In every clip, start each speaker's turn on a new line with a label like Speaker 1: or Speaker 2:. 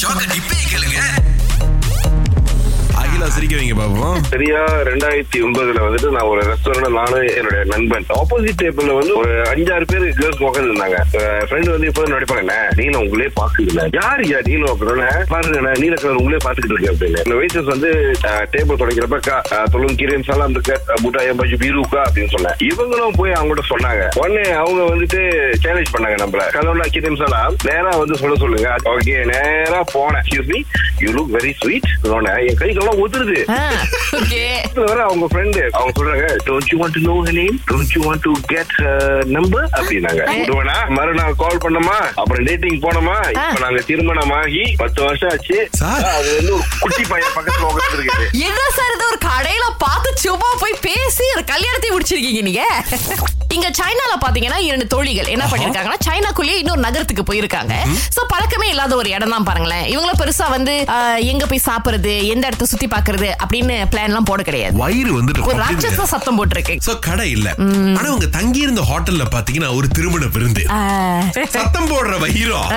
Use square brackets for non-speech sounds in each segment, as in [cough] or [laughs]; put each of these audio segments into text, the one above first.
Speaker 1: ஷாக்க டிப்பே கேளுங்க
Speaker 2: அகிலா சிரிக்க வைங்க பாப்போம்
Speaker 3: சரியா ரெண்டாயிரத்தி ஒன்பதுல வந்துட்டு நான் ஒரு ரெஸ்டாரண்ட் நானும் என்னுடைய நண்பன் ஆப்போசிட் டேபிள்ல வந்து ஒரு அஞ்சாறு பேர் கேர்ள்ஸ் உட்காந்து இருந்தாங்க ஃப்ரெண்டு வந்து இப்போ நடிப்பாங்கண்ணே நீங்களும் உங்களே பாக்குதுல யார் யா நீங்களும் அப்படின்னா பாருங்கண்ணே நீல கலர் உங்களே பாத்துக்கிட்டு இருக்கேன் அப்படின்னு இந்த வெயிட்டர்ஸ் வந்து டேபிள் தொடங்கிறப்ப கா தொழும் கீரையும் சலாம் இருக்க பூட்டா எம்பாஜி பீருக்கா அப்படின்னு சொன்னேன் இவங்களும் போய் அவங்ககிட்ட சொன்னாங்க உடனே அவங்க வந்துட்டு சேலஞ்ச் பண்ணாங்க நம்மள கலோனா கீரையும் சலாம் நேரா வந்து சொல்ல சொல்லுங்க ஓகே நேரா போனேன் excuse me you look very sweet என் கைக்கு எல்லாம் உதிருது
Speaker 4: ஓகே
Speaker 3: இதுல வேற அவங்க ஃப்ரெண்டு அவங்க சொல்றாங்க don't you want to know name don't you want to get number அப்படின்னாங்க விடுவேனா மறுநாள் கால் பண்ணோமா அப்புறம் டேட்டிங் போனோமா இப்ப நாங்க திருமணமாகி பத்து வருஷம் ஆச்சு
Speaker 2: Sir.
Speaker 3: அது வந்து ஒரு குட்டி பையன் பக்கத்துல உட்கார்ந்து இருக்குது
Speaker 4: என்ன சார் இது ஒரு கடையில பார்த்து சும்மா போய் பேசி ஒரு கல்யாணத்தை முடிச்சிருக்கீங்க நீங்க இங்க சைனால பாத்தீங்கன்னா இரண்டு தோழிகள் என்ன பண்ணிருக்காங்கன்னா சைனாக்குள்ளேயே இன்னொரு நகரத்துக்கு போயிருக்காங்க சோ பழக்கமே இல்லாத ஒரு இடம் தான் பாருங்களேன் இவங்கள பெருசா வந்து ஆஹ், எங்க போய் சாப்பிடுறது எந்த இடத்த சுத்தி பாக்குறது அப்படின்னு பிளான் எல்லாம் போட கிடையாது
Speaker 2: வயிறு
Speaker 4: ஒரு
Speaker 2: வந்துட்டு
Speaker 4: ராட்சச சத்தம் போட்டிருக்கு
Speaker 2: சோ கடை இல்ல ஆனா உங்க தங்கி இருந்த ஹோட்டல்ல பாத்தீங்கன்னா ஒரு திருமண விருந்து
Speaker 4: ஆஹ்,
Speaker 2: சத்தம் போடுற
Speaker 4: [laughs]
Speaker 2: வயிறோம்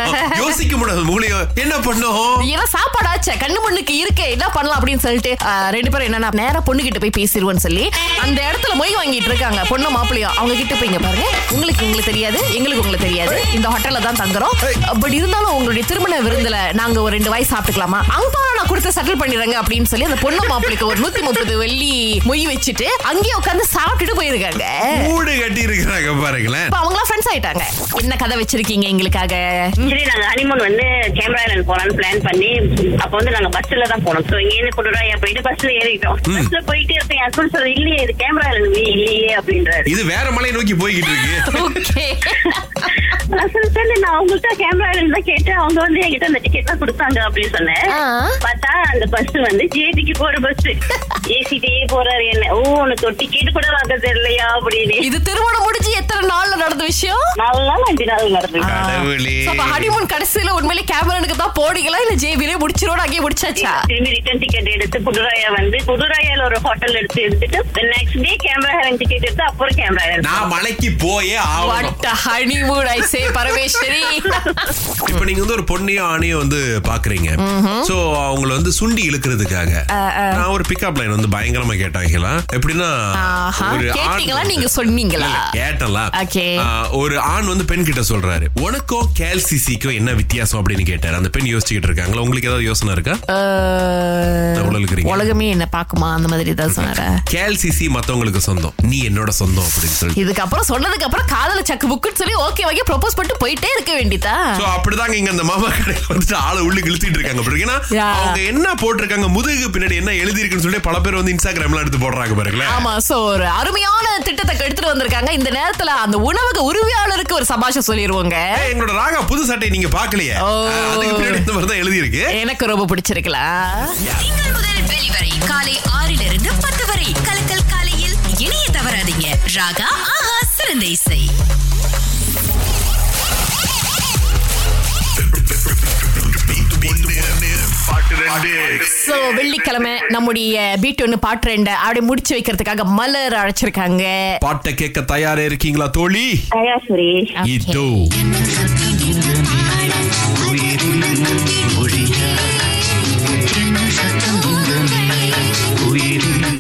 Speaker 2: யோசிக்க முடியாது மூலியம் என்ன பண்ணோம்
Speaker 4: இதெல்லாம் சாப்பாடாச்சே கண்ணு மண்ணுக்கு இருக்கே என்ன பண்ணலாம் அப்படின்னு சொல்லிட்டு ஆஹ், ரெண்டு பேரும் என்னன்னா நேரா பொண்ணு கிட்ட போய் பேசிடுவோம்னு சொல்லி அந்த இடத்துல மொய் வாங்கிட்டு இருக்காங்க பொண்ணு மாப்பிள்ளையும் அவங்க கிட்ட போய் பாருங்க உங்களுக்கு உங்களுக்கு தெரியாது எங்களுக்கு உங்களுக்கு தெரியாது இந்த ஹோட்டல்ல தான் தங்குறோம் பட் இருந்தாலும் உங்களுடைய திருமண விருந்துல நாங்க ஒரு ரெண்டு வாய் சாப்பிட்டுக்கலாமா அங்கா நான் கொடுத்து செட்டில் பண்ணிடுறேங்க அப்படின்னு சொல்லி அந்த பொண்ணு மாப்பிள்ளைக்கு ஒரு நூத்தி முப்பது வெள்ளி மொய் வச்சுட்டு அங்கேயே உட்காந்து சாப்பிட்டுட்டு போயிருக்காங்க
Speaker 2: கூடு கட்டி இருக்கிறாங்க பாருங்களேன்
Speaker 4: இப்ப அவங்களா ஃப்ரெண்ட்ஸ் ஆயிட்டாங்க என்ன கதை வச்சிருக்கீங்க எங்களுக்காக
Speaker 5: சரி நாங்க ஹனிமூன் வந்து கேமரா ஐலண்ட் போலாம்னு பிளான் பண்ணி அப்ப வந்து நாங்க பஸ்ல தான் போனோம் சோ இங்க இருந்து கொண்டு ரூபாய் போயிட்டு பஸ்ல ஏறிட்டோம் பஸ்ல போயிட்டு இருக்க என் ஹஸ்பண்ட் சொல்ற இல்லையே இது கேமரா ஐலண்ட் இல்லையே அப்படின்றாரு
Speaker 2: இது வேற மலை நோக்கி போய்கிட்டு இருக்கு
Speaker 4: [laughs] ஓகே
Speaker 5: நான் சொன்னேன், "சரி, நான் அவங்கள்ட்ட கேமரா ஐலண்ட் தான் கேட்டேன் அவங்க வந்து என்கிட்ட அந்த டிக்கெட் தான் கொடுத்தாங்க அப்படின்னு சொன்னேன்
Speaker 4: ஆ.
Speaker 5: பார்த்தா அந்த பஸ் வந்து ஜேபிக்கு போற பஸ் ஏசிட்டே போறாரு என்ன ஓ உனக்கு ஒரு டிக்கெட் கூட வாங்க தெரியலையா அப்படின்னு
Speaker 4: இது திருமணம் முடிஞ்சு எத்தனை நாள்ல நடந்த விஷயம்
Speaker 5: நாலு நாள் அஞ்சு நாள் நடந்துச்சு
Speaker 2: கடவுளே.
Speaker 4: So, அப்ப ஹனிமூன் கடைசியில உண்மையிலே கேமரனுக்கு தான் போனீங்களா இல்ல ஜேபிலே முடிச்சிரோட அங்கேயே முடிச்சாச்சா
Speaker 5: திரும்பி ரிட்டர்ன் டிக்கெட் எடுத்து புதுராயா வந்து புதுராயால ஒரு ஹோட்டல் எடுத்து எடுத்துட்டு நெக்ஸ்ட் டே கேமரா ஹேரன் டிக்கெட் எடுத்து அப்புறம் கேமரா ஹேரன்
Speaker 2: நான் மலைக்கு போயே ஆகணும்
Speaker 4: what honeymoon I say
Speaker 2: [laughs]
Speaker 4: Parameswari
Speaker 2: இப்ப நீங்க வந்து ஒரு பொண்ணையும் ஆணையும் வந்து பாக்குறீங்க சோ அவங்கள வந்து சுண்டி இழுக்கிறதுக்காக நான் ஒரு பிக்கப் லைன் வந்து பயங்கரமா கேட்டாங்களா எப்படின்னா
Speaker 4: ஆஹா,
Speaker 2: ஒரு ஆண்
Speaker 4: கேட்டீங்களா
Speaker 2: வந்து-
Speaker 4: நீங்க சொன்னீங்களா
Speaker 2: இல்ல, கேட்டல.
Speaker 4: Okay.
Speaker 2: ஆ, ஒரு ஆண் வந்து பெண் கிட்ட சொல்றாரு உனக்கும் கேல்சிசிக்கும் என்ன வித்தியாசம் அப்படின்னு கேட்டாரு அந்த பெண் யோசிச்சுக்கிட்டு இருக்காங்களா உங்களுக்கு ஏதாவது யோசனை இருக்கா
Speaker 4: அஹ்,
Speaker 2: எவ்வளவு இருக்கிறீங்க?
Speaker 4: உலகமே என்ன பாக்குமா அந்த மாதிரி ஏதாவது சொன்னார
Speaker 2: கேல்சிசி மத்தவங்களுக்கு சொந்தம் நீ என்னோட சொந்தம் அப்படின்னு சொல்லிட்டு
Speaker 4: இதுக்கப்புறம் சொன்னதுக்கு அப்புறம் காதல சக்கு புக்குன்னு சொல்லி ஓகே வாங்கி ப்ரோபோஸ் பண்ணிட்டு போயிட்டே இருக்க வேண்டியதா
Speaker 2: சோ அப்படிதாங்க இங்க அந்த மாமா கடையில வந்துட்டு ஆளை உள்ள இழுத்திட்டு இருக்காங்க அப்படி ஏன்னா
Speaker 4: Yeah.
Speaker 2: அவங்க என்ன போட்டிருக்காங்க முதுகு பின்னாடி என்ன எழுதி இருக்குன்னு சொல்லி பல பேர் வந்து இன்ஸ்டாகிராம்ல எடுத்து போடுறாங்க பாருங்களேன்
Speaker 4: ஆமா சோ ஒரு அருமையான திட்டத்தை எடுத்துட்டு வந்திருக்காங்க இந்த நேரத்துல அந்த உணவக உரிமையாளருக்கு ஒரு சபாஷ சொல்லிடுவோங்க
Speaker 2: ஏய், எங்களோட ராகா புது சட்டையை நீங்க பாக்கலையே
Speaker 4: ஓ.
Speaker 2: அதுக்கு பின்னாடி இந்த மாதிரி தான் எழுதி இருக்கு
Speaker 4: எனக்கு ரொம்ப பிடிச்சிருக்கல
Speaker 6: திங்கள் முதல் வெளிவரை காலை ஆறிலிருந்து பத்து வரை கலக்கல் காலையில் இணைய தவறாதீங்க ராகா ஆஹா சிறந்த இசை
Speaker 4: சோ வெள்ளிக்கிழமை நம்முடைய பீட் ஒன்னு பாட்டு ரெண்டு அப்படி முடிச்சு வைக்கிறதுக்காக மலர் அழைச்சிருக்காங்க
Speaker 2: பாட்டை கேட்க தயாரா இருக்கீங்களா தோழி
Speaker 5: தயா சுரேஷ்
Speaker 2: இதோ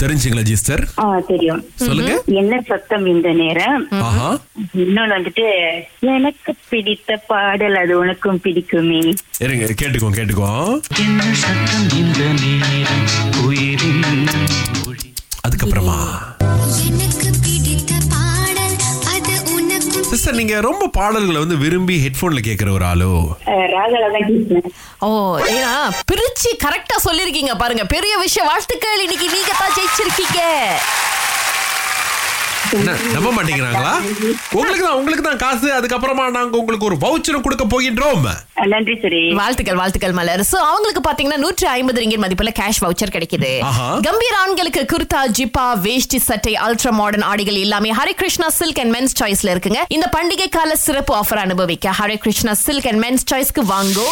Speaker 2: தெரிஞ்சுங்களா ஜிஸ்டர்
Speaker 5: ஆ தெரியும்
Speaker 2: சொல்லுங்க
Speaker 5: என்ன சத்தம் இந்த நேரம்
Speaker 2: ஆஹா
Speaker 5: இன்னொன்னு வந்துட்டு எனக்கு பிடித்த பாடல் அது உனக்கும் பிடிக்குமே
Speaker 2: இருங்க கேட்டுக்கோ கேட்டுக்கோ
Speaker 7: என்ன சத்தம் இந்த நேரம் உயிரின் மொழி
Speaker 2: அதுக்கப்புறமா
Speaker 8: எனக்கு பிடித்த பாடல் அது உனக்கும்
Speaker 2: சிஸ்டர் நீங்க ரொம்ப பாடல்களை வந்து விரும்பி ஹெட்போன்ல கேக்குற ஒரு ஆளோ
Speaker 5: ராகலா தான் கேட்பேன்
Speaker 4: ஓ ஏன்னா பிரிச்சு கரெக்டா சொல்லிருக்கீங்க பாருங்க பெரிய விஷயம் வாழ்த்துக்கள் இன்னைக்கு நீங்க தான் ஜெயிச்சிருக்கீங்க
Speaker 2: என்ன, நம்ப மாட்டேங்கிறாங்களா உங்களுக்கு தான் உங்களுக்கு தான் காசு அதுக்கப்புறமா நாங்க உங்களுக்கு ஒரு வவுச்சரும் கொடுக்க போகின்றோம்
Speaker 5: நன்றி சுரேஷ்
Speaker 4: வாழ்த்துக்கள் வாழ்த்துக்கள் மலர் சோ அவங்களுக்கு பாத்தீங்கன்னா நூற்றி ஐம்பது ரிங்கின் மதிப்புல கேஷ் வவுச்சர் கிடைக்குது
Speaker 2: ஆஹா.
Speaker 4: கம்பீர ஆண்களுக்கு குர்தா ஜிப்பா வேஷ்டி சட்டை அல்ட்ரா மாடர்ன் ஆடைகள் எல்லாமே Hare Krishna silk and men's சாய்ஸ்ல இருக்குங்க இந்த பண்டிகை கால சிறப்பு ஆஃபர் அனுபவிக்க Hare Krishna silk and men's சாய்ஸ்க்கு வாங்கோ